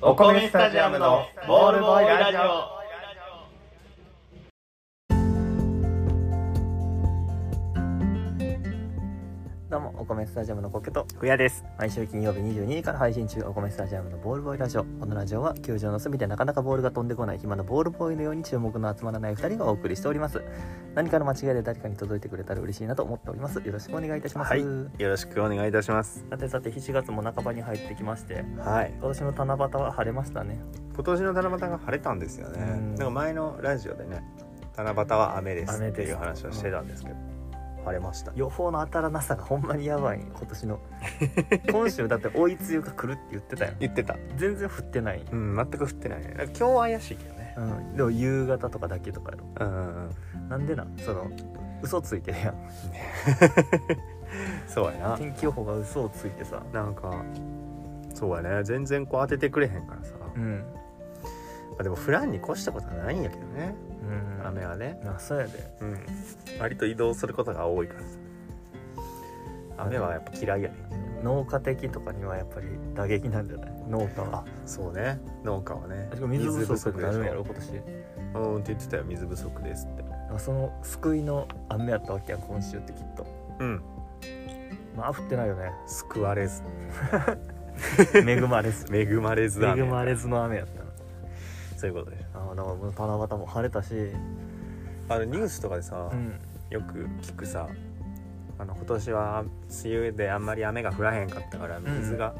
お米スタジアムのボールボーイラジオどうもお米スタジアムのコケとふやです。毎週金曜日22時から配信中お米スタジアムのボールボーイラジオこのラジオは球場の隅でなかなかボールが飛んでこない暇のボールボーイのように注目の集まらない2人がお送りしております何かの間違いで誰かに届いてくれたら嬉しいなと思っておりますよろしくお願いいたします、はいよろしくお願いいたします。さてさて7月も半ばに入ってきましてはい。今年の七夕は晴れましたね今年の七夕が晴れたんですよね。うんなんか前のラジオでね、七夕は雨です雨ってですいう話をしてたんですけど、晴れました。予報の当たらなさがほんまにやばい今年 の今週だって追い梅雨が来るって言ってたよ言ってた。全然降ってない、うん、全く降ってないね。なんか今日は怪しいけどね。うん、でも夕方とかだけとかやろうんうんうん。なんでなんその嘘ついてるやんそうやな。天気予報が嘘をついてさなんか、そうやね。全然こう当ててくれへんからさ。うんまあでもフランに越したことはないんやけどね。うん雨はね。あそうやでうん。割と移動することが多いからさ。雨はやっぱ嫌いやねんけど。農家的とかにはやっぱり打撃なんじゃない農家はそうね農家はね確か水不足になるんやろ水今年不足うんって言ってたよ水不足ですってあその救いの雨やったわけや今週ってきっとうんまあ降ってないよね 救われず恵まれず恵まれずだ、恵ね、まれずの雨やったなそういうことでしょあだからもう七夕も晴れたしあのニュースとかでさ、うんよく聞くさあの今年は梅雨であんまり雨が降らへんかったからん水が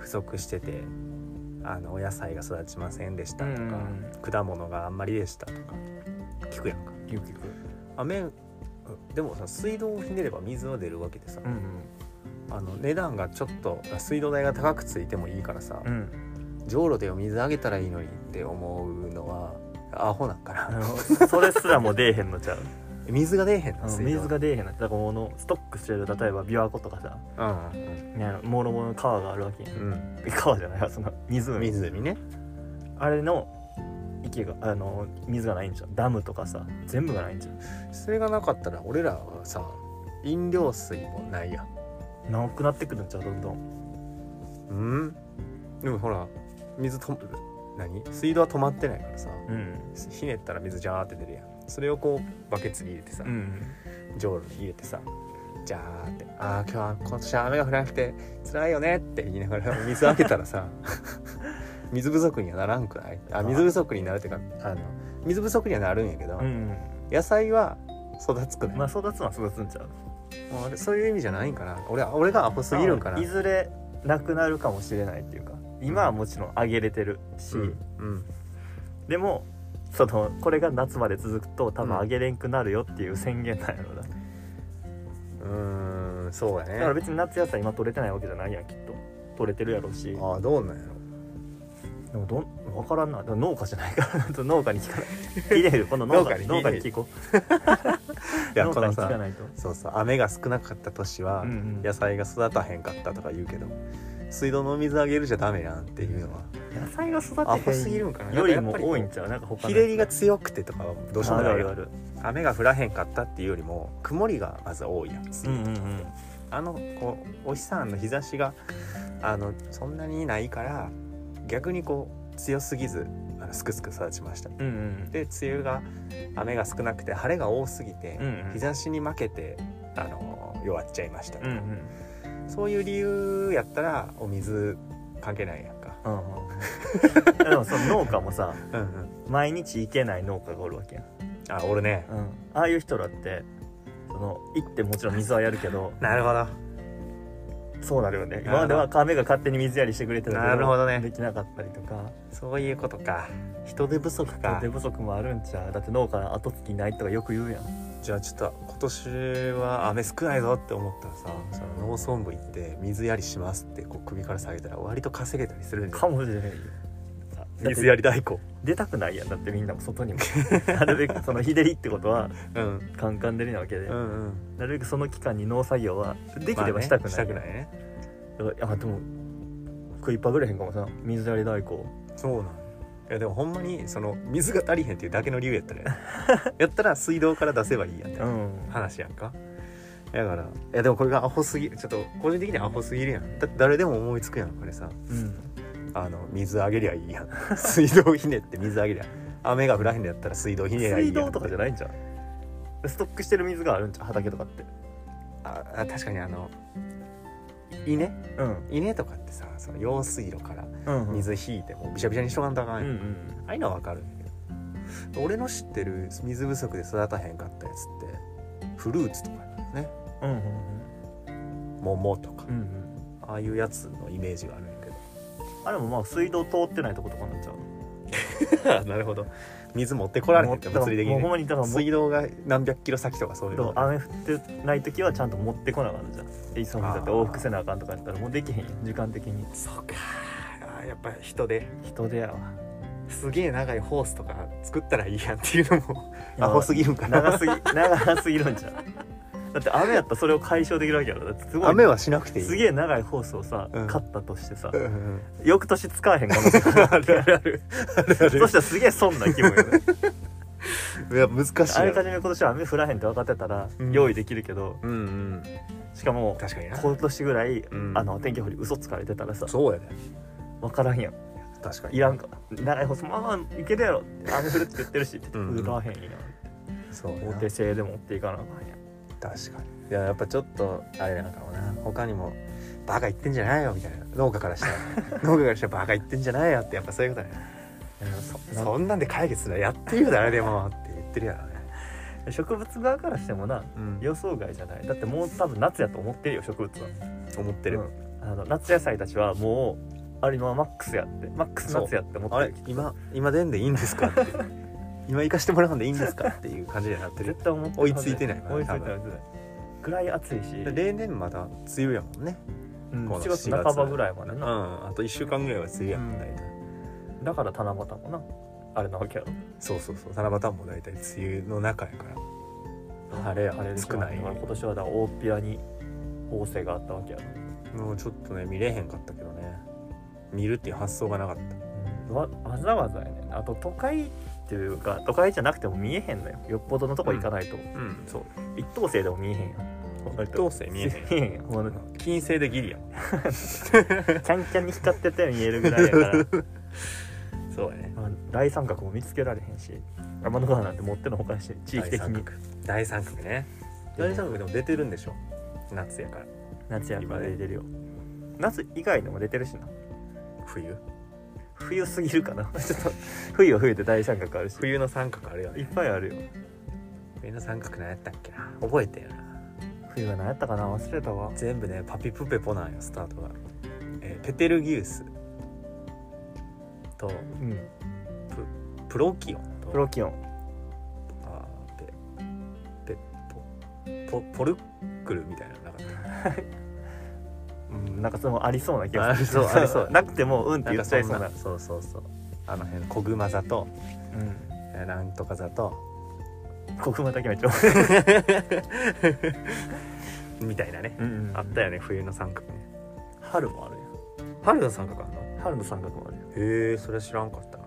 不足してて、あのお野菜が育ちませんでしたとか、うんうん果物があんまりでしたとか聞くやんかゆきく雨でもさ水道をひねれば水は出るわけでさ、うんあの値段がちょっと水道代が高くついてもいいからさ、うんうんじょうろでお水あげたらいいのにって思うのはアホなんかあな、のそれすらも出えへんのちゃう水が出えへんあのの水道水が出えへんのだからこのストックしてる例えば琵琶湖とかさうんねもろもろの川があるわけやんうん、川じゃないわそのう湖ん、湖ねあれの池があの水がないんじゃんダムとかさ全部がないんじゃそれがなかったら俺らはさ飲料水もないやんんなくなってくるんちゃうどんどんうんでもほら水と何水道は止まってないからさうんひねったら水ジャーって出るやんそれをこうバケツに入れてさ、うんジョールに入れてさじゃーって「ああ今日は今年は雨が降らなくて辛いよね」って言いながらお 水あげたらさ水不足にはならんくないあ水不足になるっていうかあの水不足にはなるんやけど、うん野菜は育つくない、まあ育つのは育つんちゃうもうあれそういう意味じゃないんかな俺は俺がアホすぎるんかなまあいずれなくなるかもしれないっていうか今はもちろんあげれてるし、うんうんでもそのこれが夏まで続くと多う分んあげれんくなるよっていう宣言なんやろな、だうーんそうやねから別に夏野菜今取れてないわけじゃないやんきっと取れてるやろうしああどうなんやろでもどん分からんなでも農家じゃないから 農家に聞かない聞いてるこの農家に農農家家にに聞いて聞こいうや農こ家のに聞かさないとそうそう雨が少なかった年は、うんうん野菜が育たへんかったとか言うけど水道の水あげるじゃダメやんっていうのは野菜がア育ホてすへぎんるんかなよりも多いやっんちゃうなんぱか他りの日照りが強くてとかはどうしようもあないるよある雨が降らへんかったっていうよりも曇りがまず多いやん、あるうんうんうんあのこうお日さんの日差しがあのそんなにないから逆にこう強すぎずあのすくすく育ちましたうんうんで梅雨が雨が少なくて晴れが多すぎて、うんうん日差しに負けてあの弱っちゃいました、うんうんそういう理由やったらお水関係ないやんか、うんうんい やでもその農家もさうんうん、毎日行けない農家がおるわけやん、あ俺ねうん、ああいう人らってその行ってもちろん水はやるけどなるほど そうなるよねなる今ほまどでは亀が勝手に水やりしてくれてたけどなるほどねできなかったりとかそういうことか人手不足人か手不足もあるんちゃうだって農家後継ぎないとかよく言うやんじゃあちょっと今年は雨少ないぞって思ったらさその農村部行って水やりしますってこう首から下げたら割と稼げたりするんじゃかんもしれないよ水やりり代行出たくないやんだってみんなも外にも なるべくその日照りってことはうんカンカン照りなわけで、うんうんなるべくその期間に農作業はできればしたくまあねない,、したくないねだからあでも食いっぱぐれへんかもさ水やり代行そうなんいやでもほんまにその水が足りへんっていうだけの理由やった らややったら水道から出せばいいやんってうん話やんかだからいやでもこれがアホすぎちょっと個人的にはアホすぎるやんだって誰でも思いつくやんこれさうんあの水あげりゃいいやん 水道ひねって水あげりゃ雨が降らへんのやったら水道ひねりゃいいや水ん道とかじゃないんじゃんストックしてる水があるんじゃん畑とかってああ確かにあの稲うん稲とかってさその用水路からうん水水引いてもうびしゃびしゃにしとかんとあかんうやんんうあんあいうのはわかるんだけど俺の知ってる水不足で育たへんかったやつってフルーツとかねうんうん桃とかうんうんああいうやつのイメージがあるんや けどあれもまあ水道通ってないとことかになっちゃうあなるほど水持ってこられへんって物理的もうにほんねまにだからもう水道が何百キロ先とかそういうそうの雨降ってない時はちゃんと持ってこなあかんじゃん急いでだって往復せなあかんとかやったらもうできへんやん時間的にそうかあーやっぱ人で人手やわすげえ長いホースとか作ったらいいやんっていうの もアホすぎるんか長なすぎ長すぎるんじゃんだって雨やったらそれを解消できるわけやろだってすごい雨はしなくていいすげえ長いホースをさ、うん買ったとしてさ、うんうん翌年使わへんかもしれない あるあるあるあそしたらすげえ損な気分よ ねいや難しいあやらろかじめ今年は雨降らへんって分かってたらうん用意できるけど、うんうんしかも確かにな今年ぐらい、うんあの天気予報に嘘つかれてたらさそうやで分からんやん確かにいらんか長いホースまあまあいけるやろ雨降るって言ってるしってうん売らへんやんそうやなお手製で持っていかなあかんやん確かにいややっぱちょっとあれなんかもな他にもバカ言ってんじゃないよみたいな農家からしたら 農家からしたらバカ言ってんじゃないよってやっぱそういうことだねそそんなんで解決するのやってるよ誰でもって言ってるやろね植物側からしてもなうん予想外じゃないだってもう多分夏やと思ってるよ植物は思ってる、うんあの夏野菜たちはもうあれ今マックスやってマックス夏やって思ってあるれ今今出んでいいんです かっていう今行かしてもらうんでいいんですかっていう感じになってる絶対思ってるはず追いついてない追いついてない多分追いついてないぐらい暑いし、例年まだ梅雨やもんねうんこの7月半ばぐらいまでうんな、あと1週間ぐらいは梅雨やもん大体、だから七夕もなあれなわけやろそうそうそう七夕も大体梅雨の中やから晴れやあれでしょ少ないだから今年はだから大っぴらに旺盛があったわけやろ、もうちょっとね見れへんかったけどね見るっていう発想がなかったわわざわざやねあと都会っていうか都会じゃなくても見えへんのよよっぽどのとこ行かないと、うんそう一等星でも見えへんやん一等星見えへん見えへんやんほんま金星でギリやキャンキャンに光ってて見えるぐらい やからそうやねあ大三角も見つけられへんし天の川なんて持ってのほかにして地域的に大三角ね大三角でも出てるんでしょ夏やから夏やから出てるよ夏以外でも出てるしな冬冬すぎるかな ちょっと冬は冬で大三角あるし冬の三角あるよいっねぱいあるよ冬の三角なんやったっけな覚えてんよな冬は何やったかな忘れたわ全部ねパピプペポなんよスタートが、えーペテルギウスとうんプロキオンとプロキオンあーペペポポポルックルみたいなのなかったうんなんかそれもあり そうな気がするありそうありそうなくてもうんっなてん言かっちゃいそんそうななそうそうそうあの辺小熊座とうんえーなんとか座と国分だけめっちゃみたいなね、うんあったよね冬の三角ね春もあるよ春の三角あんのへ春の三角もあるよえそれは知らんかった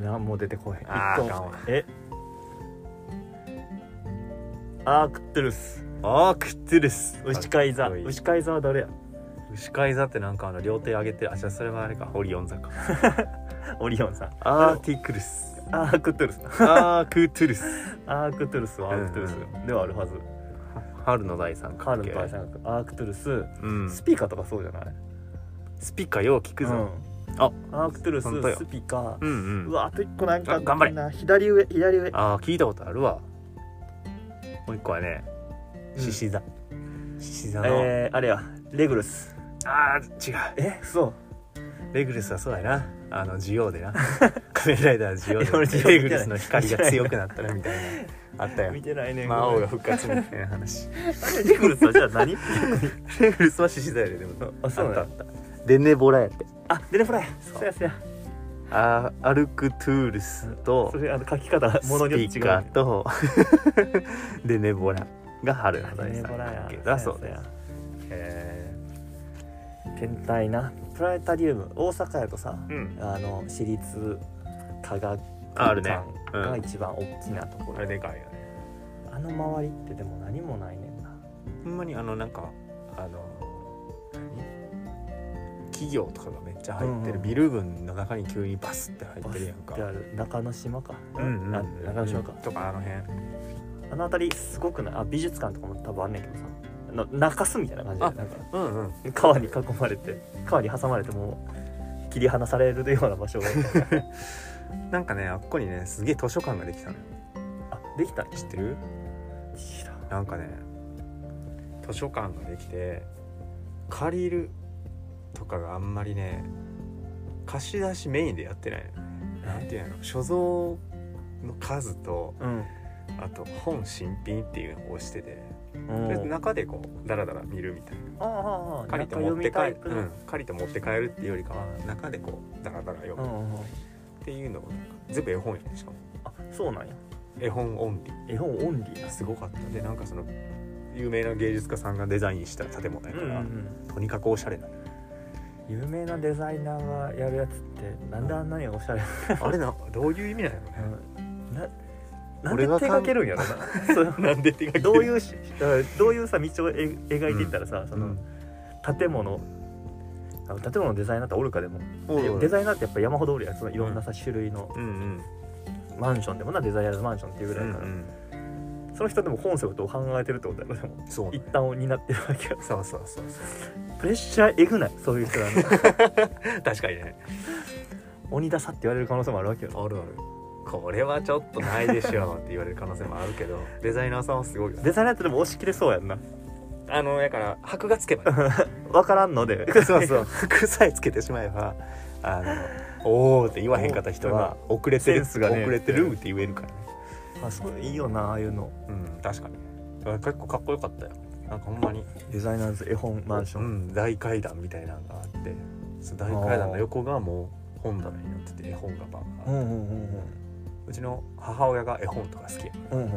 ななんも出てこへんあー一個もあかんわえアークトゥルスあークトゥルス牛飼い座かっこいい牛飼い座は誰や牛飼い座ってなんかあの両手上げてるあじゃあそれはあれかオリオン座かオリオンさんアーティクルスアークトゥルスアークトゥルスアークトゥルスはアークトゥルスではあるはず春の第三カー角ルの大三角アークトゥルスうんスピカとかそうじゃないスピカよう聞くぞ、ああアークトゥル本当よススピカうん、うんうわあと一個なんかあ頑張れな左上左上ああ聞いたことあるわもう一個はねうん獅子座獅子座の、えーあれやレグルスあー違えそううレグルスはそうやなあのジオウでな 仮面ライダージオ いや俺ウジオウでレグ見てないルスの光が強くなったらみたい なあったよ見てないね魔王がご復活みたいな話めんあれレグルスはじゃあ何 レグルスは獅子座やででもあそうなんやあったあったデネボラやってあデレフラやうそうやそうやあーアルクトゥールスとそれあの書き方ものスによって違うピカと デネボラが春のデ大レ三ボラや角だそうやですやへ天体なプラネタリウム大阪やとさーうんあの私立科学ああるね館が一番大きなところ、あれでかいよねあの周りってでも何もないねんなほんまにあのなんかあの何企業とかがめっちゃ入ってうんうるんビル群の中に急にバスって入ってるやんっかて。ある中之島か、うんうんあ中之島か、とかあの辺あの辺りすごくないあ美術館とかも多分あんねんけどさあの中洲みたいな感じであなんかうんうん 川に囲まれて川に挟まれてもう切り離されるような場 所がなんかねあっこにねすげえ図書館ができたのよあできたね知ってる知らんなんかね図書館ができて借りるとかがあんまりね貸し出しメインでやってないのなんていうの所蔵の数とうんあと本新品っていうのを押しててうんで中でこうダラダラ見るみたいああああな借りて中持読ってみ帰タイる、プうのん、借りて持って帰るっていうよりかは中でこうダラダラ読うむんうんうんっていうのをなんか全部絵本やねしかもあそうなんや絵本オンリー絵本オンリーなすごかったでなんかその有名な芸術家さんがデザインした建物やうかんうんうら、んとにかくおしゃれな有名なデザイナーがやるやつってなんであんなにおしゃれ あれなどういう意味なんやろなのね、ななん俺で手がかん掛けるんやろな そうなんで手がどういううしどういうさ道をえ描いていったらさ、その建物あの建物のデザイナーっておるかでもデイザイナーってやっぱ山ほどおるやんそのいろんなさ、種類のンうんうんマンションでもなデザイナーズマンションっていうぐうらいんだから、その人でもコンセプトを考えてるってことやろでもうんそうね一旦を担ってるわけやそうそうそうそプレッシャーえぐないそういう人 らのう確かにね鬼ださって言われる可能性もあるわけよあるあるこれはちょっとないでし ょうって言われる可能性もあるけどデザイナーさんはすごいよねデザイナーってでも押し切れそうやんなあのだから箔がつけばね分からんのでそうそう 箔さえつけてしまえばあ のおおって言わへんかった人は遅れてセンるスがね遅れてるって言えるからね あそういいよなああいうのうん確かにあ結構かっこよかったよなんかほんまにデザイナーズ絵本マンショうン、ん、大階段みたいなのがあってその大階段の横がもう本棚になってて絵本がバーうん、ンうんうんうんうちの母親が絵本とか好きやうんうん絵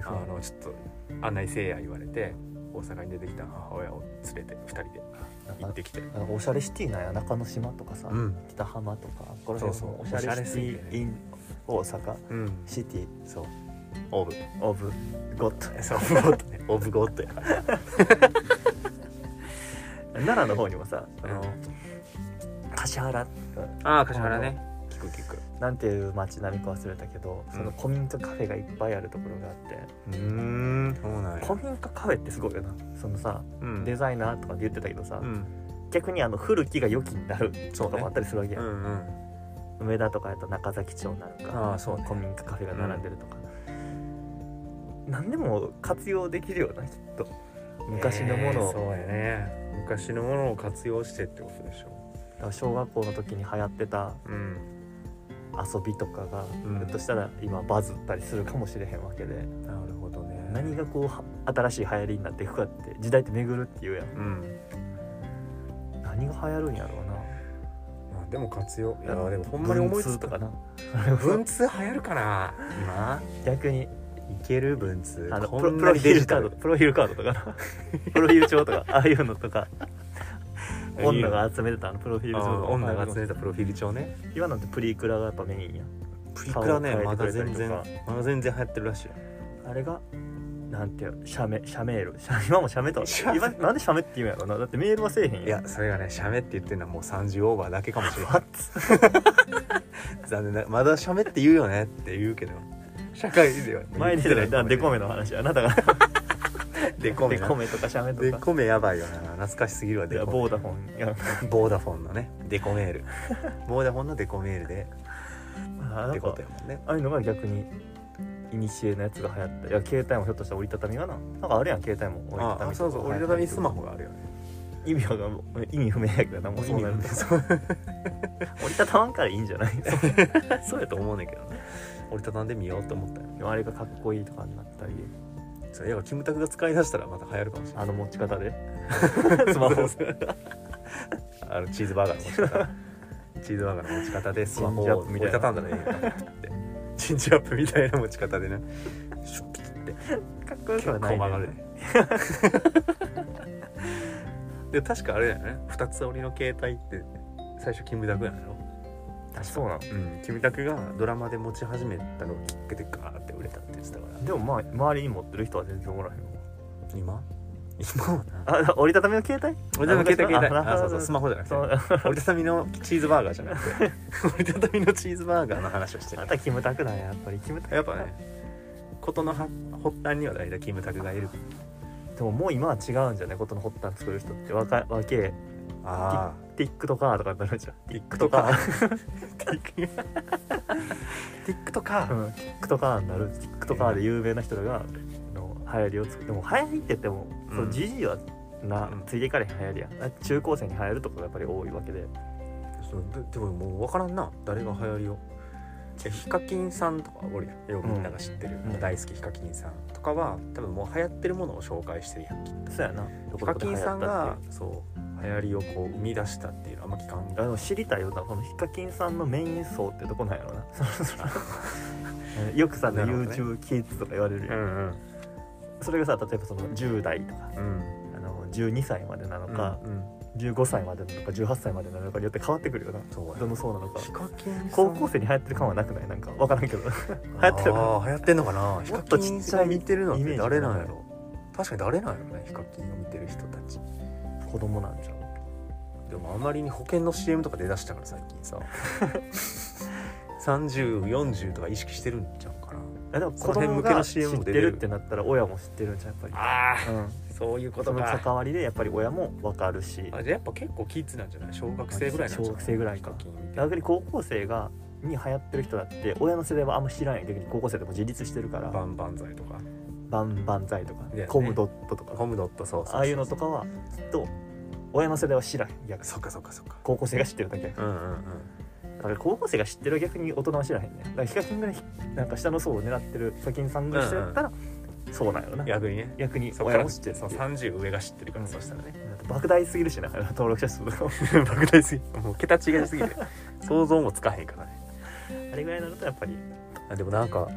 あ本のちょっと案内せえや言われて大阪に出てきた母親を連れて2人でなんか行ってきてなんかおしゃれシティなんや中之島とかさ、うん、北浜とかこのそう辺そうもおしゃれシテおしゃれすぎてねィ in 大阪うん、シティそうオブオブゴッそうオブゴッドねオブゴッド やからド奈良の方にもさああのの橿原ああ柏原ね聞く聞くなんていう町並みか忘れたけどその古民家カフェがいっぱいあるところがあって、うーんそうなんや古民家カフェってすごいよなそのさうんデザイナーとかって言ってたけどさ、うん逆にあの古きが良きになるとかもあったりするわけうや、んうん梅田とかやと中崎町なんかああそうね古民家カフェが並んでるとか、何でも活用できるよなきっと昔のえものーを、そうやね昔のものを活用してってことでしょだから小学校の時に流行ってたうん遊びとかが、うんひょっとしたら今バズったりするかもしれへんわけで、なるほどね何がこうは新しい流行りになっていくかって時代って巡るっていうやんうん何が流行るんやろうなまあでも活用いやでもほんまに思いつ文い通とたかな文通流行るかな今 逆にいける文通あのこプロんプなロにフィーデルジカタードルプロフィールカードとか なプロフィール帳とかああいうのとか女が集めてたあのプロフィールあ帳とーか女が集めたプロフィール帳ね今なんてプリクラがやっぱメインやプリクラね顔をま変だえてくれた全りと然かまだ全然流行ってるらしいよあれがなんていうの写メ写メール 写今も写メと写メ今なんで写メって言うんやろなだってメールはせえへんやんいやそれがね「シャメ」って言ってるのはもう30オーバーだけかもしれなわい 残念なまだ「シャメ」って言うよねって言うけど社会では前に出たらデコメメの話あなたがデコメデなコメとか写メとデかコメやばいよな懐かしすぎるわいデやコメボーダフォンいやボーダフォンのねデコメー ルボーダフォンのデコメールであってなこんとやかもんねああいうのが逆にいにしえのやつが流行ったいや携帯もひょっとしたら折りたたみがななんかあるやん携帯も折りたたみとあかそうそう折りたたみスマホがあるよね意味はが意味不明やけどなもうそうなるとそう折りたたまんからいいんじゃない そうやと思うねんけどね折りたたんでみようと思ったよでもあれがかっこいいとかになったりそれやっぱキムタクが使い出したらまた流行るかもしれないあの持ち方で スマホそうそう あのチーズバーガーの持ち 方チーズバーガーの持ち方でスマホチンジャをップみ折たりいなたたんだらいいよ ってチンジアップみたいな持ち方でねシュッピッてかっこよく結は構ない、曲ね、が るねで確かあれだよね二つ折りの携帯って最初キムタクやろ、あそうなのうん、キムタクがドラマで持ち始めたのをきっかけでガーって売れたって言ってたからでもまあ周りに持ってる人は全然おらへんわ今今あ折りたたみの携帯折りたたみの携帯携帯ああそうそうスマホじゃなくてそう折りたたみのチーズバーガーじゃなくて折りたたみのチーズバーガーの話をして あるんたキムタクなんややっぱりキムタクやっぱね事のは発端には大体キムタクがいるでももう今は違うんじゃないことの発端作る人って若若えああ TikToker とかになるじゃん TikTok うん TikToker になる TikToker で有名な人がの流行りを作ってでも流行りって言ってもうんそのじじいはなうんついていかれへん流行りやんあ中高生に流行るとかがやっぱり多いわけでそうででももう分からんな誰が流行りをえヒカキンさんとかおるやんようみんなが知ってる、うん大好きヒカキンさんとかは多分もう流行ってるものを紹介してるやんそうやなヒカキンさんがそう流行りをこう生み出したっていうのはあんま聞かんあの知りたいよなこのヒカキンさんのメイン層ってとこなんや ろなよくさ、ね、なるほどね YouTube キッズとか言われるやんんそれがさ例えばその10代とかうんあの12歳までなのか、うんうん15歳までなのか18歳までなのかによって変わってくるよなそうやどの層なのかヒカキンさん高校生に流行ってる感はなくないなんか分からんけどあ流行ってるあー流行ってんのかなヒカとちキっンちゃいを見てるのっイメーてジ誰なんやろ確かに誰なんやろねヒカキンを見てる人たち子供なんじゃんでもあまりに保険の CM とか出だしたから最近 さ3040とか意識してるんちゃうかなえでもそ子の辺供向けのが知 CM もって出てるるってなったら親も知ってるんじゃんやっぱあり、うん、あそういうこそとのか関わりでやっぱり親も分かるしあじゃあやっぱ結構キッズなんじゃない小学生ぐらいなんじゃない小学生ぐらいかヒカキン見てる逆に高校生がに流行ってる人だって親の世代はあんま知らない逆に高校生でも自立してるからバンバン剤とかバンバンザイとか、ねコムドットとかホムドットそうそうそうああいうのとかはきっと親の世代は知らへん逆にそっかそっかそっか高校生が知ってるだけだうんうんうんから高校生が知ってる逆に大人は知らへんねだからヒカキンぐらいなんか下の層を狙ってるヒカキンさんぐらいだったら、そうなんやろな逆にね逆にそこか親らも知知っっててるるそうだ30上が知ってるから、そうしたら ねって莫大すぎるしな登録者数とかも莫大すぎもう桁違いすぎて想像もつかへんからねあれぐらいになるとやっぱりあでもなんか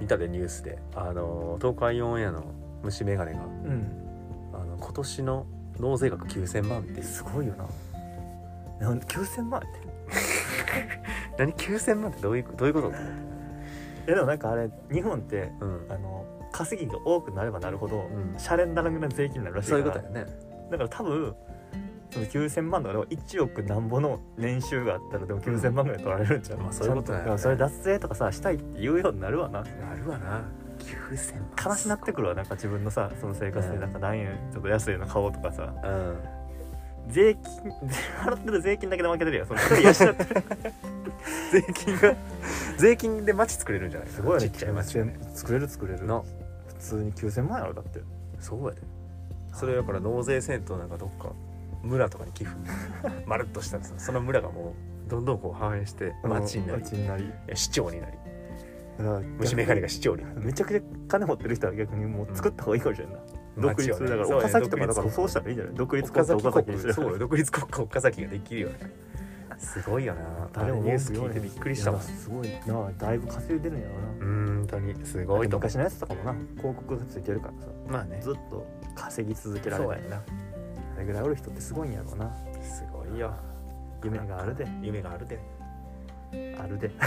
見たでニュースであの東海オンエアの虫眼鏡がうんあの今年の納税額9000万っていうすごいよななん9000万って 何9000万ってどういうどういうことと思っていやでもなんかあれ日本ってうんあの稼ぎが多くなればなるほど、うんシャレにならんぐらいの税金になるらしいそかういらうことだよねだから多分その9000万とかでも1億なんぼの年収があったらでも9000万ぐらい取られるんちゃう、まあそういうことだよねちゃんそれ脱税とかさしたいって言うようになるわななるわな9000万悲しなってくるわなんか自分のさその生活でうんなんか何円ちょっと安いの買おうとかさうん税金払ってる税金だけで負けてるやんその一人養ってる税金が 税金で街作れるんじゃないすごいよちねっちゃい街がね9000作れる作れるな普通に9000万やろだってそうやでそれだから納税せんとなんかどっか村とかに寄 付まるっとしたらさその村がもうどんどんこう繁栄して町になり街になりいや市長になりだから虫眼鏡が市長になるめちゃくちゃ金持ってる人は逆にもう作った方がいいかもしれんない、独立街をねだからそうや岡崎とかだ独立から国そうしたらいいんじゃない独立岡国家岡崎国そう崎にするよ独立国家岡崎ができるよねすごいよな 誰もあれニュース聞いてびっくりしたもんいやすごいなだいぶ稼いでるんやろなうーん本当にすごいと思昔のやつとかもな広告がついてるからさうまあねずっと稼ぎ続けられそうなやいんなあれぐらいおる人ってすごいんやろうなすごいよ夢があるで夢があるであるで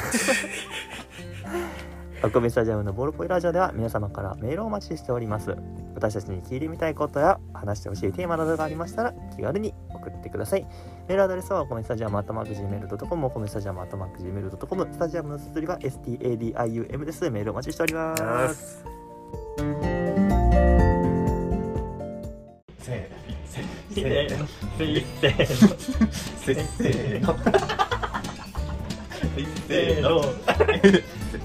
アコベスタジアムのボールポイラジオでは皆様からメールをお待ちしております私たちに聞いてみたいことや話してほしいテーマなどがありましたら気軽に送ってくださいメールアドレスはお米スタジアムアットマーク Gmail.com お米スタジアムアットマーク Gmail.com スタジアムの綴りは STADIUM ですメールお待ちしておりますせーのせーのせーのせーの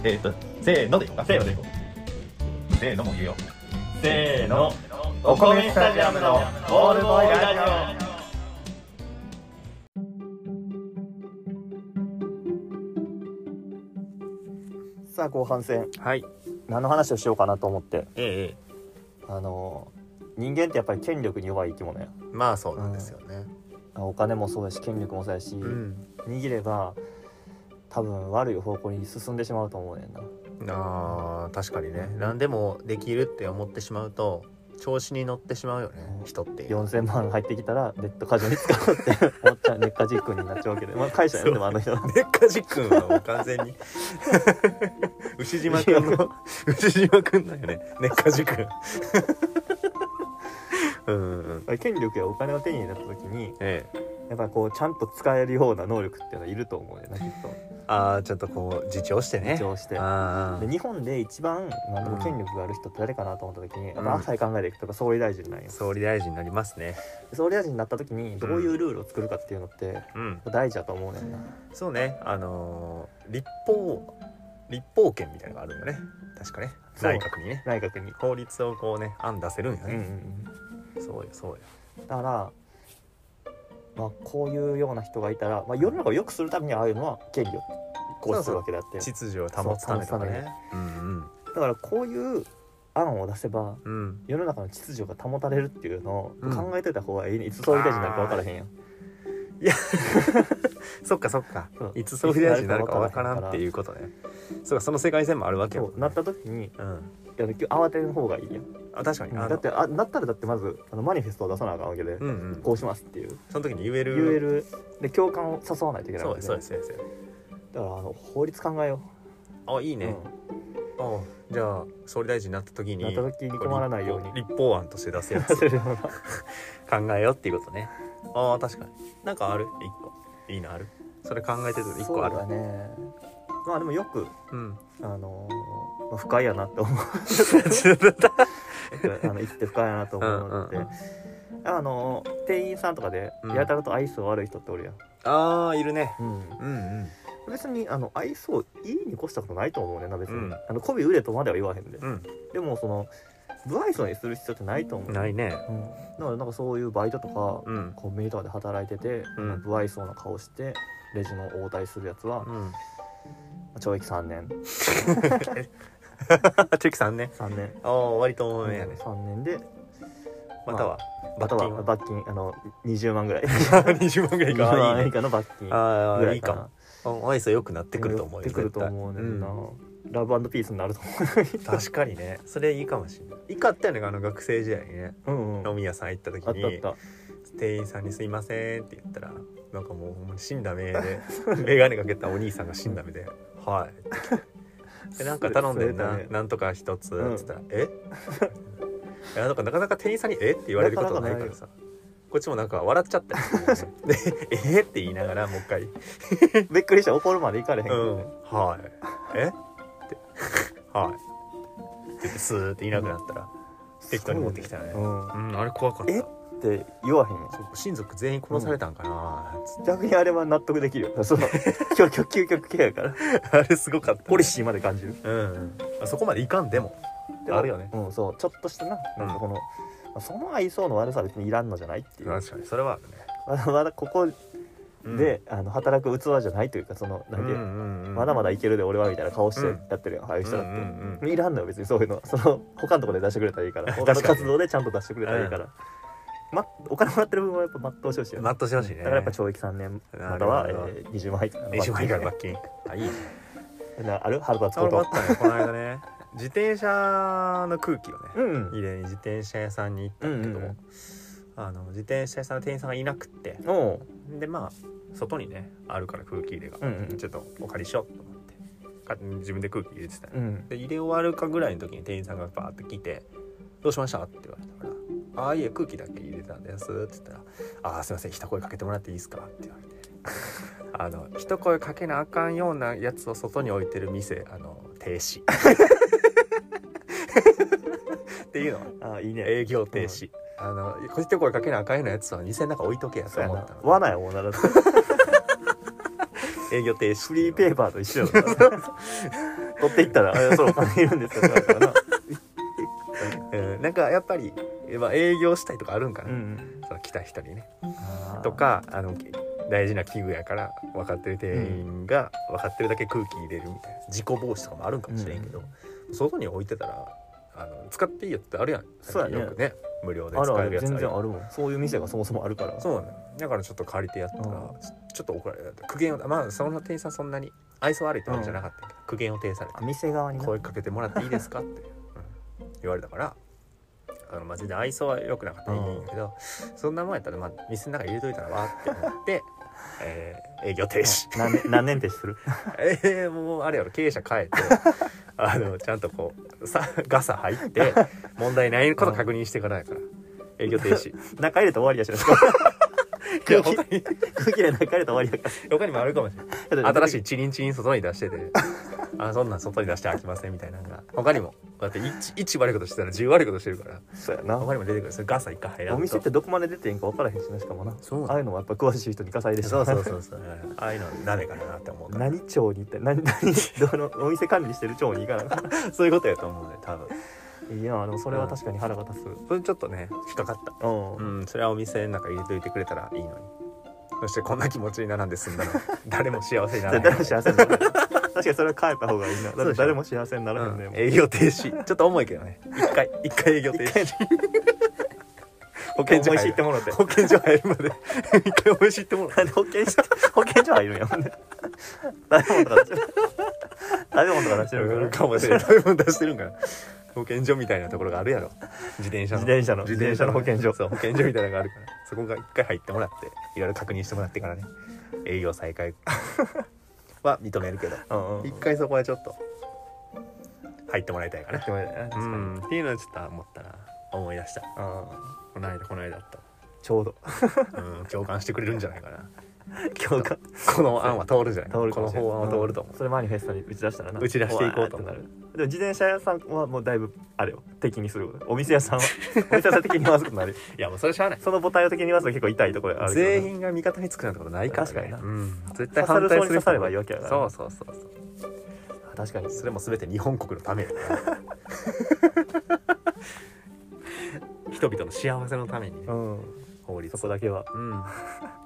えっとせーのでいこうかせーのでいこうせーのも言うよせーのお米スタジアムのボールボーイラジオさあ後半戦はい何の話をしようかなと思ってええあの人間ってやっぱり権力に弱い生き物やまあそうなんですよねお金もそうやし権力もそうやし、握れば多分悪い方向に進んでしまうと思うねんなあー確かにね何でもできるって思ってしまうと調子に乗ってしまうよね人って4000万入ってきたらネットカジノに使おうって思っ ちゃうネッカジックになっちゃうわけで、まあ、会社やんでもあの人でっかじくんはもう完全 に牛島 くんの牛島くんだよねでっかじくんうんうんら権力やお金を手に入れた時にええやっぱこうちゃんと使えるような能力っていうのはいると思うよねきっとああちょっとこう自重してね主張してあで日本で一番、まあ、でもうん権力がある人って誰かなと思った時に、やっうんぱ浅い考えでいくとやっぱ総理大臣なんよあ総理大臣になりますね総理大臣になった時にどういうルールを作るかっていうのってうん大事だと思うねんな、そうねあのー立法立法権みたいなのがあるんだね確かねそう内閣にね内閣に、法律をこうね案出せるんようんうんね、うん、そうよそうよだから、まあ、こういうような人がいたら、まあ、世の中を良くするためにああいうのは権利を行使するわけであって秩序を保つためとかそう保つためねうにんだからこういう案を出せばうんうん世の中の秩序が保たれるっていうのをうん考えといた方がいいね、いつ総理大臣になるか分からへんやんそっかそっかそういつ総理大臣になるかわからんっていうことねそうかその世界線もあるわけそよ、うなった時にいうんや慌てる方がいいやんあ確かに、あのだってあなったらだってまずあのマニフェストを出さなあかんわけで、うんうんこうしますっていうその時に言え言るえるで共感を誘わないといけないそうわでけすでそうですそうですだからあの法律考えよ、あいいうね、あじゃあ総理大臣になった時うん、になった時に困らないように立法立法案として出すや つ出せるような考えようっていうことねああ確かになんかある一個いいのあるそれ考えてる 一個あるそうだねまあでもよくうん あのーまあ、不快やなって思う あの生きて不快やなと思うのってうんうんあのー店員さんとかでうんやたらと愛想悪い人っておるやん、ああいるねうんうん別にあの愛想いいに越したことないと思うねんな別に、うんあの媚び売れとまでは言わへんで、うんでもその不愛想にする必要ってないと思うう、んないねうん、だからなんかそういうバイトとか、うんコンビニとかで働いてて、うんまあ不愛想な顔してレジの応対するやつはうん懲役3年 チェキさんね3年ああ割と重めやね3年でまたはあ罰と金はは罰金あの20万ぐら い20万ぐらい20かあ万あいい円以ね下の罰金あぐあらいいいかかもなうん愛想良くなってくると思うよ出てくると思うねんな、ラブピースになると思絶対確かにね それいいかもしれないいいかったよねあの学生時代にねううん、うん、飲み屋さん行った時あったあにった店員さんに「すいません」って言ったらなんかもうほんまに死んだ目で 眼鏡かけたお兄さんが死んだ目で「はい」でなんか頼んでんな「それだねなんとか一つ」っうんつったら「え いやなんかなかなか店員さんに「えっ?」て言われることないからさこっちもなんか笑っちゃったりするよ ねで「えっ?」って言いながらもう一回「 びっくりした怒るまでいかれへんうけどんね、はい」えって「はい」って言ってスーっていなくなったら適当に持ってきたよねう。んっうん、あれ怖かったえて言わへんやんそう親族全員殺されたんかな、つって逆にあれは納得できるよその究極究極系やから あれすごかったね、ポリシーまで感じるうん、あそこまでいかんでもでもあるよねうんそうちょっとしたななんかこの、まあその愛想の悪さは別にいらんのじゃないっていう、確かにそれはあるね、まだまだここで、うん、あの働く器じゃないというかそのうなんんうで、んうん、まだまだだいけるで俺はみたいな顔してうんやってるよ、ああいう人だって、うんうんうんいらんのよ別にそういう のその他のところで出してくれたらいいから他の確かに活動でちゃんと出してくれたらいいから、ま、お金もらってる分はやっぱ全うしてほしいよねマットしてほしいねだからやっぱ懲役3年または、なえるほどー、20万以下の練習以外罰罰金あいいね金なある腹立つあこ俺もあとったねこの間ね自転車の空気をねうんうん入れに自転車屋さんに行ったんだけども、うんあの自転車屋さんの店員さんがいなくっておうでまあ外にねあるから空気入れが、うんうんちょっとお借りしようと思ってか自分で空気入れてたようんで入れ終わるかぐらいの時に店員さんがバーって来て「どうしました?」って言われたから「ああいいえ空気だけ入れたんです」って言ったら「ああすいません一声かけてもらっていいですか?」って言われて あの一声かけなあかんようなやつを外に置いてる店あの停止 っていうのあいいね営業停止、あのこ一声かけなあかんようなやつは店の中置いとけやとそうや思なったの罠やもんなだって営業停止フリーペーパー と一緒やもんな取っていったらあ そうお金いるんですよってなるからなうんなんかやっぱり、まあ、営業したいとかあるんかうな、ん その来た人にねあーとかあの大事な器具やから分かってる店員が分かってるだけ空気入れるみたいな事故防止とかもあるんかもしれんけど、外に置いてたらあの使っていいよってあるやんそうやねよくね無料である使あえるるやつ全然ああるもんそういう店がそもそもあるからそうなのよだからちょっと借りてやったら、うんちょちょっと怒られた苦言をまあその店員さんそんなに愛想悪いってわけじゃなかったけど、苦言を呈されてあ店側にな声かけてもらっていいですか?」って うん言われたからあの、まあ、全然愛想は良くなかったらいいんやけど、そんなもんやったら、まあ、店の中入れといたらわーって思 って、えー営業停止 何年何年停止する えーもうあれやろ経営者 変えて あのちゃんとこうさガサ入って問題ないこと確認してからやから。営業停止中入れたら終わりやしな い空や気空気で中入れたら終わりやか他にもあるかも しれないら 新しいいチリンチリン外に出してて あそんなん外に出して飽きませんみたいなのが他にもだって 1, 悪いことしてたら10悪いことしてるからそうやな他にも出てくるそれガサ一回入らんとお店ってどこまで出ていいんか分からへんしなしかもなそうああいうのはやっぱ詳しい人に課さいでしそうそううそうそうだからああいうの鍋かなって思うから何町に行って何何どのお店管理してる町に行かなかっそういうことやと思うね多分たいやでもそれは確かに腹が立つそれちょっとね引っかかったうん、うんそれはお店の中入れといてくれたらいいのに そしてこんな気持ちにならんで済んだら 誰も幸せになら誰ないも幸せにならない確かにそれは変えた方がいいなだそうっでてしょ誰も幸せにならへんね、うんもう営業停止ちょっと重いけどね一 回一回営業停 止保健所思入るい知ってもろて保健所入るまで 一回おいしいってもらなんで保健所保健所入るんやもんね食べ物とか出してる食べ物とか出しうてるからかもしれない食べ物出してるんかな保健所みたいなところがあるやろ自転車の自転車の自転車の自転車の保健所そう保健所みたいなのがあるからそこが一回入ってもらっていろいろ確認してもらってからね営業再開 は認めるけどうんうん一回そこはちょっと入ってもらいたいかなごめんな確かに、うん、っていうのはちょっと思ったな思い出したこの間この間だっちょうどた、うん、共感してくれるんじゃないかな共感この案は通るんじゃない通るかこものしれない法案は通ると思う、それマニフェストに打ち出したらな打ち出していこうとわーってなるでも自転車屋さんはもうだいぶあれよ敵にするお店屋さん はお店屋さん的に回すことになるいやもうそれしゃあないその母体を的に回すと結構痛いところあるけどな全員が味方につくなんてことないから、ね、確かになうん、絶対反対する人も刺さればいいわけやからそねうそうそうそうあ確かにそれも全て日本国のためやから 人々の幸せのためにね、うん法律そこだけはう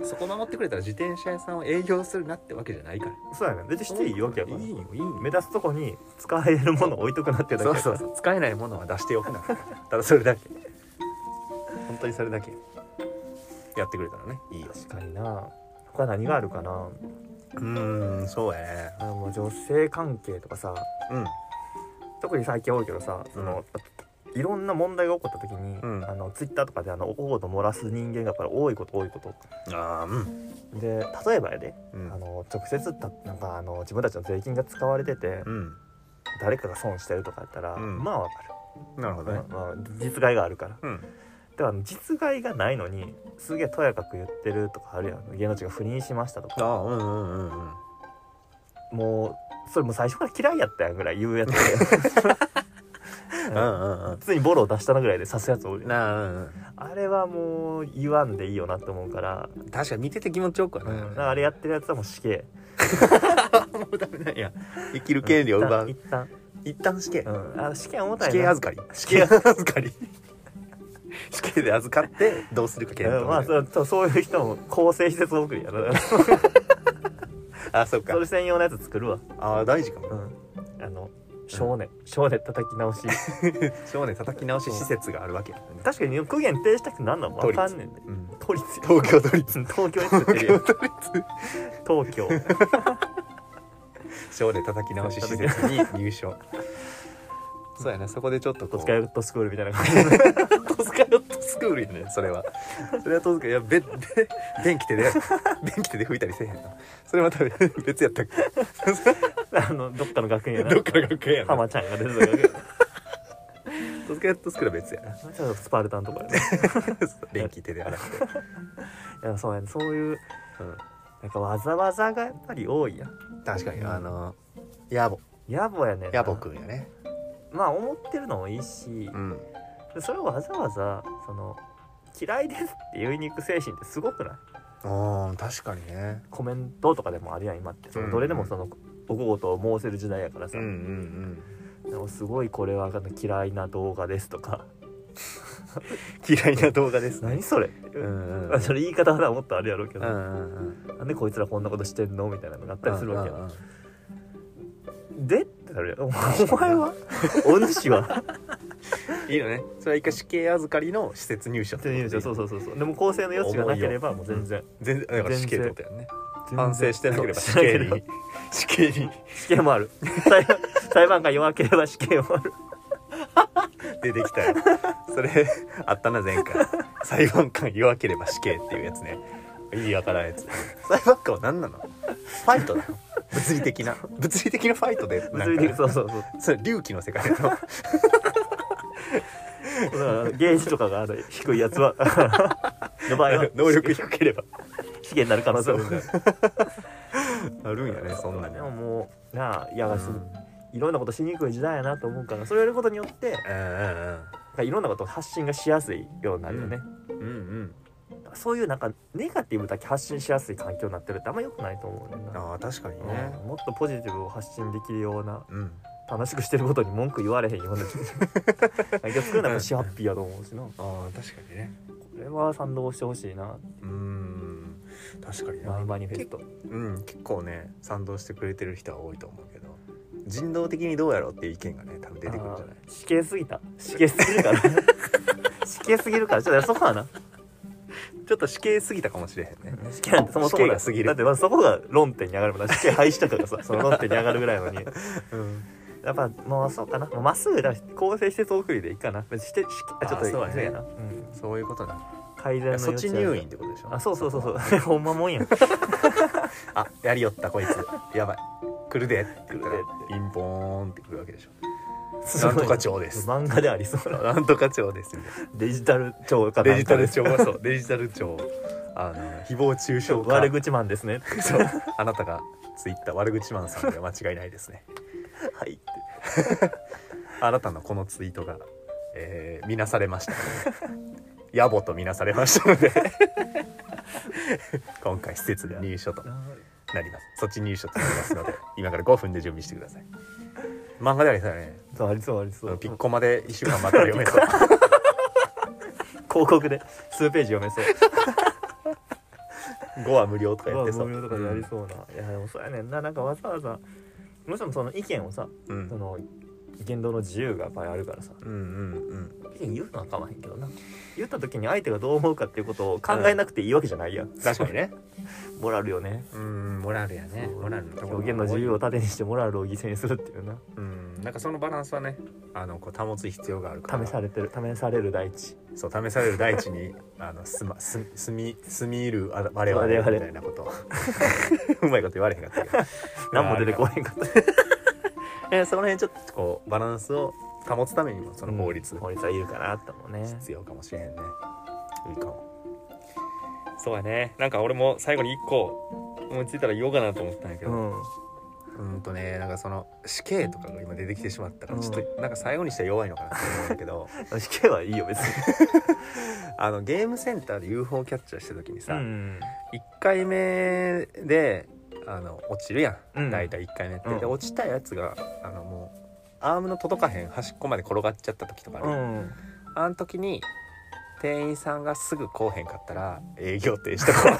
ん、そこ守ってくれたら自転車屋さんを営業するなってわけじゃないからそうやね別にしていいわけやからいいよいいよ目立つとこに使えるものを置いとくなっていうだけそやうそうからそう使えないものは出しておくなただそれだけ本当にそれだけやってくれたらねいいよ確かにな他何があるかなうーんそうやねあのもう女性関係とかさ特に最近多いけどさその、いろんな問題が起こった時に、うんあのツイッターとかであのおおと漏らす人間がやっぱり多いこと多いことうんああうんで例えばやで、うんあの直接たなんかあの自分たちの税金が使われてて、うん誰かが損してるとかやったら、うんまあわかなるほる、どねまあ、実害があるからうんでもあの実害がないのにすげえとやかく言ってるとかあるやん芸能人が不倫しましたとあかあうんうんうんうんもうそれもう最初から嫌いやったやんぐらい言うやつ うんうんうん普通にボロを出したなぐらいで刺すやつおるやんなあ、うんあれはもう言わんでいいよなって思うから,、うん、確かに見てて気持ちよくはうない、ん、だからあれやってるやつはもう死刑もうダメなん や生きる権利を奪う一旦一旦死刑、一旦、うん、あ死刑重たい死な刑預かり死刑刑預かり 死刑で預かってどうするか検討、うんまあそうそうそういう人も更生施設送りやなあそうかそれ専用のやつ作るわ、ああ大事かも、うん、あの少年、少年叩き 直し少年叩き直し施設があるわけや、ね、確かに区限定したくなんのも分かんねんねうん都立東京都立うん東京に作ってるやん都立東京少年叩き直し施設に入所 そうやねそこでちょっとこ戸う塚ヨットスクールみたいな感じ戸塚ヨットスクールやねそれはそれは戸塚いやべべ電 気手で電気手で吹いたりせえへんのそれまた別やったっけ あのどっかの学園やなどっかの学園やな浜ちゃんが出てた学園 戸塚ヨットスクールは別 やなちょっとスパルタンとかやね電気手で洗って、いやそうやねそういううんなんかわざわざがやっぱり多いやん確かにあの野暮野暮やねんな野暮くんやねまあ思ってるのもいいしう、んでそれをわざわざその嫌いですって言いに行く精神ってすごくないあー確かにねコメントとかでもあるやん今ってそうんうのんどれでもそのおごとを申せる時代やからさ、うんうんでもすごいこれはあの嫌いな動画ですとかうん嫌いな動画です何それって、うんうんまあそれ言い方はもっとあるやろうけうど、んうんうんなんでこいつらこんなことしてんのみたいなのがあったりするわけやうんうんうんでってなるやんお前 はお主はいいよねそれは一回死刑預かりの施設入所って言うじゃんそうそうそうそうでも構成の余地がなければもう全然全然だから死刑ってことやんね反省してなければ死全刑然に死刑に死刑もある 裁判裁判官弱ければ死刑もある出てきたよそれあったな前回裁判官弱ければ死刑っていうやつね意味わからんやつ裁判官は何なのファイトだよ物理的な物理的なファイトでなんか物理的そうそうそうそれ隆起の世界のだからゲージとかがあの低いや つはの場合は能力低ければ資源になる可能性もあるんやねそんなにでももうなあ矢うがんすいろんなことしにくい時代やなと思うからそれをやることによってなんかいろんなことを発信がしやすいようになるよね、うんうんうんそういうなんかネガティブだけ発信しやすい環境になってるってあんま良くないと思うねんな、ああ確かにねうんもっとポジティブを発信できるようなうん楽しくしてることに文句言われへんような 環境作るのはシハッピーやと思うしなこああ確かにねれは賛同してほしいなうん確かにマイなマニフェストうん結構ね賛同してくれてる人は多いと思うけど人道的にどうやろうっていう意見がね多分出てくるんじゃないあー死刑すぎた死刑すぎる から死刑すぎるからちょっとそこはなちょっと死刑すぎたかもしれへんね死刑なんてそもそ死も刑だが過ぎるだってまずそこが論点に上がるもんな死刑廃止とか がさその論点に上がるぐらいのにうんやっぱもうそうかなもうまっすぐだ構成して送りでいいかな別にしてしあちょっとあそうやねやな、うん、そういうことな改善のそっ余地ちある入院ってことでしょあそうそうそうそうほんまもんやんあやりよったこいつやばい来るでって言ったら来るでってピンポーンって来るわけでしょすなごいんとか長です漫画でありそうななんとか長ですみたいデジタル庁かなデジタル庁長そうデジタル長あの誹謗中傷か悪口マンですねそうあなたがツイッター悪口マンさんで間違いないですねはいって あなたのこのツイートが、えー、見なされました野暮と見なされましたので 今回施設で入所となりますそっち入所となりますので今から5分で準備してください漫画でありそうだねそうありそうありそうピッコマで1週間待ったら読め そう広告で数ページ読めそう5は無料とかやまっあてそう無料とかでやりそうな、いやでもそうやねんななんかわざわざもちろんその意見をさうん、うんその言動の自由がやっぱりあるからさうんうん意見言うのは構わへんけどな言った時に相手がどう思うかっていうことを考えなくていいわけじゃないやん、うん確かにねモラルよねうんモラルやねモラルところ表現の自由を盾にしてモラルを犠牲にするっていうなうんなんかそのバランスはねあのこう保つ必要があるから試されてる試される大地そう試される大地に あのすま、すすみすみいるあ我々我み々たいなこと うまいこと言われへんかったけ ど何も出てこへんかったえその辺ちょっとこうバランスを保つためにもその法律、うん法律はいるかなと思うね必要かもしれへんねいいかもそうやねなんか俺も最後に1個思いついたら言おうかなと思ったんやけうどんうんとねなんかその死刑とかが今出てきてしまったからうんちょっとなんか最後にしては弱いのかなって思うんだけど死刑はいいよ別にあのゲームセンターで UFO キャッチャーした時にさ、うん1回目であの落ちるやん、うん大体1回目って、うんで落ちたやつがあのもうアームの届かへん端っこまで転がっちゃった時とかうね、んあの時に店員さんがすぐ来おへんかったら営業停止と か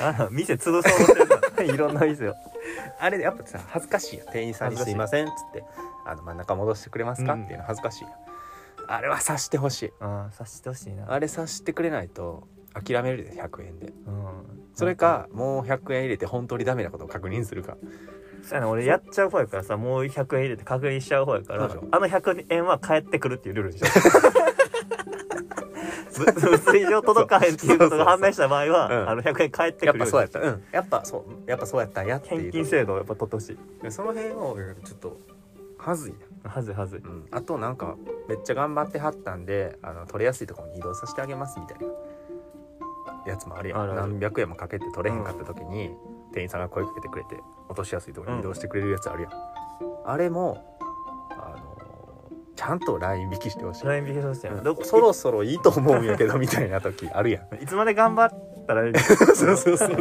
あら店潰そう思 ってるいろんな店をあれやっぱさ恥ずかしいやん店員さんに「恥すずかしいいません」っつって「あの真ん中戻してくれますか?」うんっていうの恥ずかしいやんあれは察してほしいああ察してほしいなあれ察してくれないと諦めるで100円でうんそれかもう100円入れて本当にダメなことを確認するかそうやな俺やっちゃう方やからさもう100円入れて確認しちゃう方やからそうでしあの100円は返ってくるっていうルールでしょ ぶ物理上届かへんっていうことが判明した場合そはうそうそううんあの100円返ってやくっるぱそうやうったうんやっぱそうやっぱそうやったんやっていう返金制度をやっぱ取ってほしいでその辺をちょっとはずいな、はずいはずいうん、あとなんかめっちゃ頑張ってはったんであの取れやすいところに移動させてあげますみたいなやつもあるやんあるある何百円もかけて取れへんかった時に、店員さんが声かけてくれて落としやすいところに移動してくれるやつあるやん、あれもあのちゃんとライン引きしてほしい、ライン引きしてほしいなうどんこそろそろいいと思うんやけどみたいな時あるやんいつまで頑張ったらいいそうそうそうそう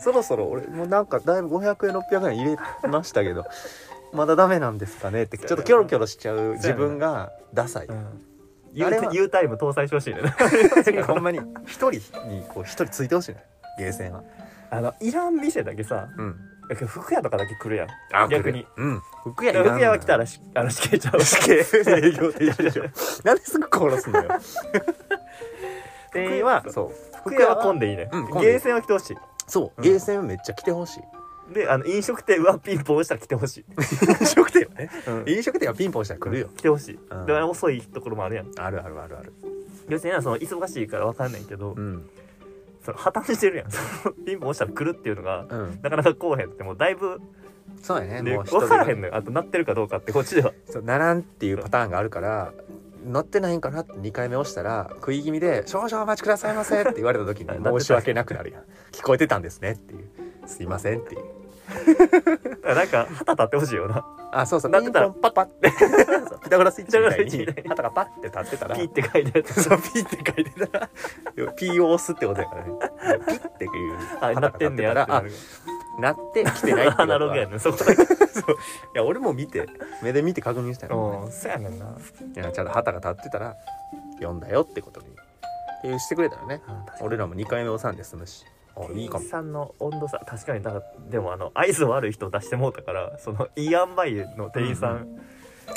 そろそろ俺もうなんかだいぶ500円600円入れましたけどまだダメなんですかねってちょっとキョロキョロしちゃう自分がダサい、 U あれは U タイム搭載してほしいね ほんまに一人にこう一人ついてほしいのよゲーセンは あのいらん店だけさうん服屋とかだけ来るやんあ逆にうん服いや服屋は来たら らしあの死刑ちゃう死刑営業停止でしょ なんですぐ殺すのよ店員はそう服屋は混んでいいね、うん混んでいいゲーセンは来てほしいそううんゲーセンめっちゃ来てほしいであの飲食店はピンポン押したら来てほしい、飲食店はねうん飲食店はピンポンしたら来るよ来てほしい、うんで遅いところもあるやんあるあるあるある要するにはその忙しいから分かんないけど、うんその破綻してるやんそのピンポン押したら来るっていうのがうんなかなかこうへんってもうだいぶ、そうやねでもう人分からへ手がんのよあとなってるかどうかってこっちではそうならんっていうパターンがあるから乗ってないんかなって2回目押したら食い気味で「少々お待ちくださいませ」って言われた時に申し訳なくなるやん聞こえてたんですねっていう「すいません」っていうなんか旗立ってほしいよなあそうそうなってたピらンポンパッパッて そうピタゴラスイッチみたいピタゴラスイッチみたいにに旗がパッて立ってたらピーって書いてあるそうピーって書いてたらでもピーを押すってことやからねピッっていうあ旗ながってんねや立ってたらってなるあなって来てない っていうことアはナログやねそこだけいや俺も見て目で見て確認したよ、うんそうやねんないやちゃんと旗が立ってたら読んだよってことにっていうしてくれたらね俺らも2回目押さんで済むしあいいかもさんの温度差確かにだからでもあの合図悪い人を出してもうたからそのいい塩梅の店員うさんん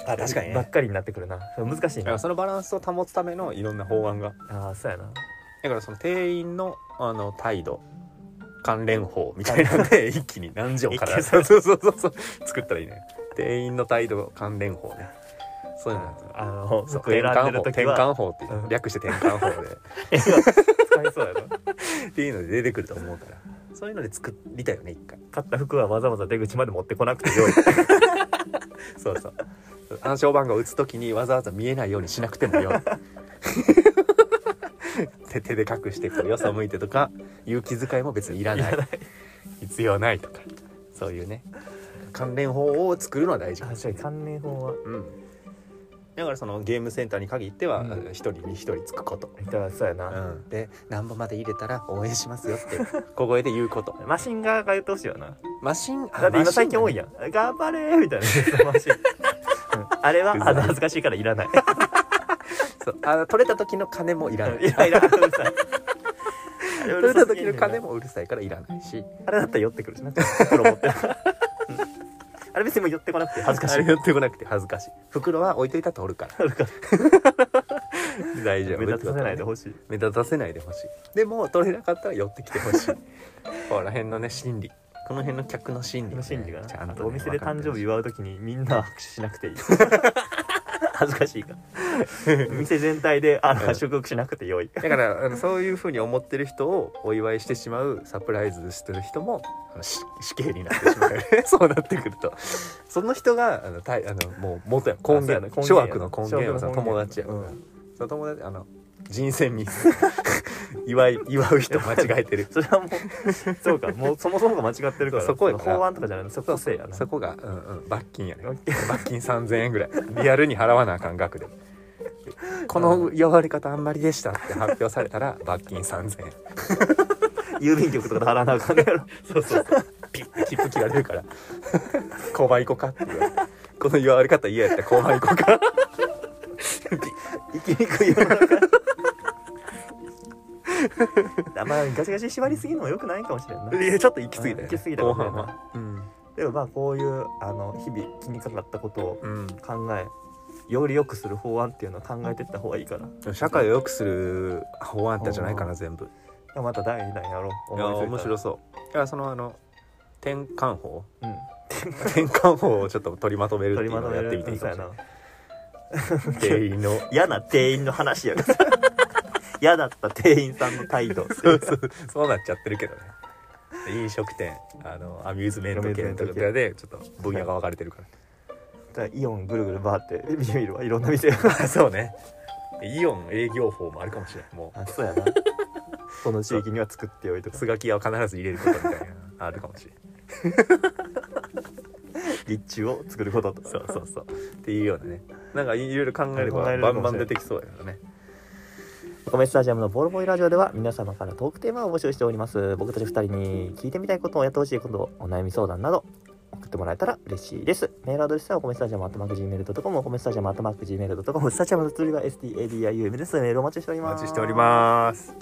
あばっかりになってくるなそれ難しいなそのバランスを保つためのいろんな法案がああそうやなだからその店員のあの態度関連法みたいなんで一気に何条か一気らにそうそうそうそうそう作ったらいいね店員の態度関連法ねそういうのやつあのそう服転選んで換る法時転は換法っていううん略して転換法で使いそうやなっていうので出てくると思うからそういうので作りたいよね一回買った服はわざわざ出口まで持ってこなくてよ いそうそう暗証番号打つ時にわざわざ見えないようにしなくても よい手手で隠してこうよさ向いてとかいう気遣いも別にいらない必要ないとかそういうね関連法を作るのは大事かも確しかれにない関連法はうん、だからそのゲームセンターに限ってはうん一、人に一人つくこと、だからそうやな、うん、で何本まで入れたら応援しますよって小声で言うことマシンガーが言ってほしいよなマシンだって今最近多いややん「頑張れ!」みたいなマ シンうんあれはあの恥ずかしいからいらないそうあ取れた時の金もいらない いらいらうる さい取れた時の金もうるさいからいらないしあれだったら寄ってくるしな袋持ってうん あれ別にもう寄ってこなくて恥ずかしあいれ寄ってこなくて恥ずかしい袋は置いといたら取るから 大丈夫目立たせないでほしい目立たせないでほしいでも取れなかったら寄ってきて ほしいこら辺のね心理この辺の客の心理、ね、心理がなちゃあんとね、とお店で誕生日分か祝う時にみんな拍手しなくて いい恥ずかしいからお店全体であの祝福しなくてよいってるしだからあのそういうふうに思ってる人をお祝いしてしまうサプライズしてる人もあのし死刑になってしまうよね そうなってくるとその人があのたいあのもう元や根あそうや源な根源諸悪の根源はさ諸悪の友根源達やから、うその友達あの人選ミス 祝い祝う人間違え てるそれはもうそうかもうそもそもが間違ってるからそこやのな法案とかじゃないのそこせいやなそこが、うんうん、罰金やね罰罰金3000円ぐらいリアルに払わなあかん 額でこの呼ばれ方あんまりでしたって発表されたら罰金3000円郵便局とかで払わなあかんねやろそうそう ピッて切符切られるから 「購買行こうか」って言われてこの呼ばれ方嫌やったら購買行こう か生きにくいよなまあガチガチ縛りすぎるのもよくないかもしれんないやちょっと行き過ぎたよ、ね、行き過ぎた後半はうん、でもまあこういうあの日々気にかかったことをうん考えより良くする法案っていうのを考えていった方がいいからでも社会を良くする法案あったんじゃないかな全部でもまた第2弾やろういや思面つい白そういやそのあの転換法たら転換法をちょっと取りまとめるうん、ってい取りうまのとをめやるってみていいかもしれうんないそうやな店員の嫌な店員の話 やから嫌だった店員さんの態度そうそうそうなっちゃってるけどね飲食店あのアミューズメント系のとこでちょっと分野が分かれてるかだからイオンぐるぐる回って見てみるわいろんな店がら そうねイオン営業法もあるかもしれないもあそうやなこの地域には作っておいとうかスガキ屋を必ず入れることみたいなあるかもしれない立地を作ることとかそうそうそうっていうようなねなんかいろいろ考えれば考えれるバかもしンバンれない出てきそうやからねお米スタジアムのボールボーイラジオでは皆様からトークテーマを募集しております僕たち2人に聞いてみたいことをやってほしいことお悩み相談など送ってもらえたら嬉しいですメールアドレスはお米スタジアムアットマーク Gmail.com お米スタジアムアットマーク Gmail.com スタジアムの通りは STADIUM ですメールお待ちしておりおます待ちしております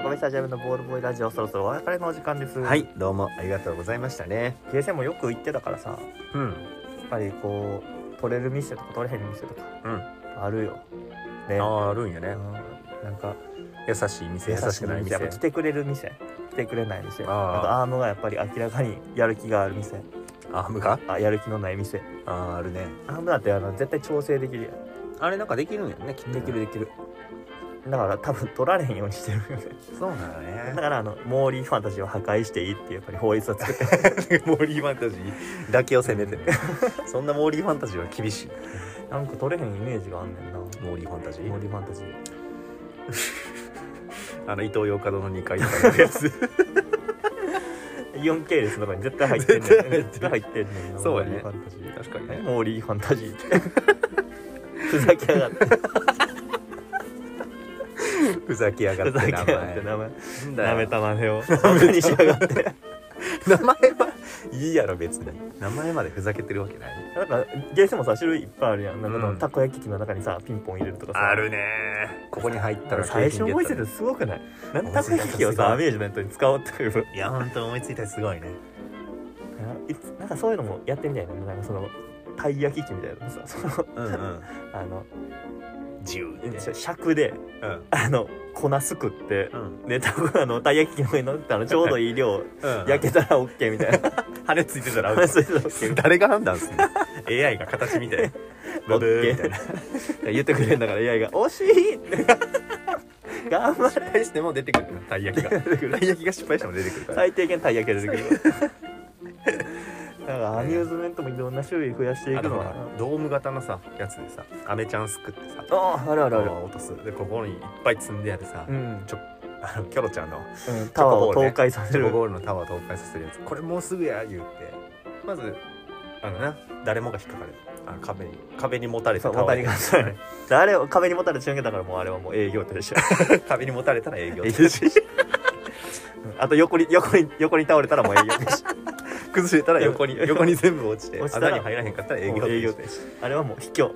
お米スタジアムのボールボーイラジオそろそろお別れのお時間ですはいどうもありがとうございましたねゲーセンもよく行ってたからさうんやっぱりこう取れる店とか取れへん店とかうんあるよあねーあるんやねうんなんか優しい店優しくないやっぱ店来てくれる店来てくれない店あーなんかアームがやっぱり明らかにやる気がある店あムかあやる気のない店あーあるねアームだってあの絶対調整できるあれなんかできるんやねきっとやんできるできる、だから多分取られへんようにしてるよね そうなのだねからあのモーリーファンタジーを破壊していいっていうやっぱり法律は 作って モーリーファンタジーだけを攻めてる そんなモーリーファンタジーは厳しいなんか取れへんイメージがあんねんなモモーリーファンタジーーリーファンタジーあの伊東洋華堂の2階とかのやつイオン系列の中に絶対入ってんねん絶絶対入対入ってんねんなそうやねモーリーファンタジ確ーかにねモーリーファンタジーって ふざけやがってふざけやがふってざ名け前やがって名な前んだなよめたまねをバカにしや がって名前はいいやろ別に名前までふざけてるわけないなんかゲーセンもさ種類いっぱいあるやんなんか、うんたこ焼き器の中にさピンポン入れるとかさあるねーここに入ったら最景初覚えて品ゲッてすごくないなん覚えたてたこ焼き器すをごいさアミュージメントに使おうってい うトいや本当思いついたらすごいねいつなんかそういうのもやってみたいななんかそのたい焼き器みたいなのさそのうんうんあの自由ね尺でうんあの粉すくってうんでたこあのたい焼き器の上に乗ってあのちょうどいいう量ん焼けたら OK みたいな羽ついてたらアウト それで OK みたい 誰が判断するの AI が形みた いなブブーみたいなな言ってくれるんだから AI が「惜しい!」って 頑張れ対しても出てくるたい焼きがたい焼きが失敗しても出てくるから 最低限たい焼きが出てくる なんかアミューズメントもいろんな種類増やしていあくののほはらドーム型のさやつでさアメちゃんすくってさあああるあるある落とすでここにいっぱい積んであるさうんあのキョロちゃんのうんタワーをチョコボールね倒壊させチョるコゴールのタワーを倒壊させるやつこれもうすぐや言うてまずあのな誰もが引っかかるあの壁に壁にもたれてそう倒渡れりてがさあれを壁に持たれて瞬間だからもうあれはもう営業手でしょ壁にもたれたら営業営業手でしょ あと横に横に横に倒れたらもう営業手でしょ崩れたら横に横に全部落ちて落ちたら穴に入らへんかったら営業もう営業停止停 あれはもう卑怯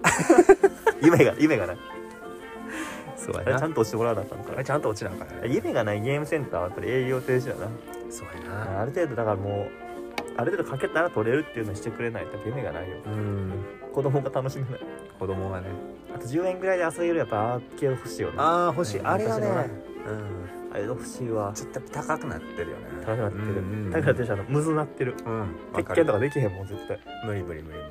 夢が夢がないそうあやれちゃなんと押してもらわなあかんかあられちゃんと落ちなあからね夢がないゲームセンターはやっぱり営業停止だそうやなある程度だからもうある程度かけたら取れるっていうのをしてくれないと夢がないようん子供が楽しめない子供がねあと10円ぐらいで遊べるやっぱアーケード欲しいよねああ欲しいうんあれがね昔のねうんあれが欲しいわちょっと高くなってるよね高くなってうんうんうるん高くなってるしあのむずなってるうんわ鉄か拳るとかできへんもん絶対無理無理無理無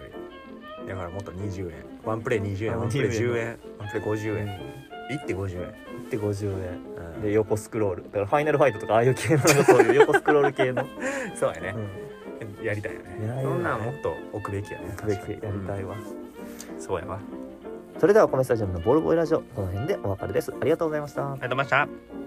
理だからもっと20円ワンプレイ20円あワンプレイ20 10円ワンプレイ50円1手50円で50円でで横スクロールだからファイナルファイトとかああいう系のなんかそういう横スクロール系の、そうやね う、ん、やりたいよねやりたいよねそんなんもっと置くべきやね特別やりたいわ、わ、うんそうやわありそれではお米スタジアムのボールボーイラジオこの辺でお別れですありがとうございましたがとうございました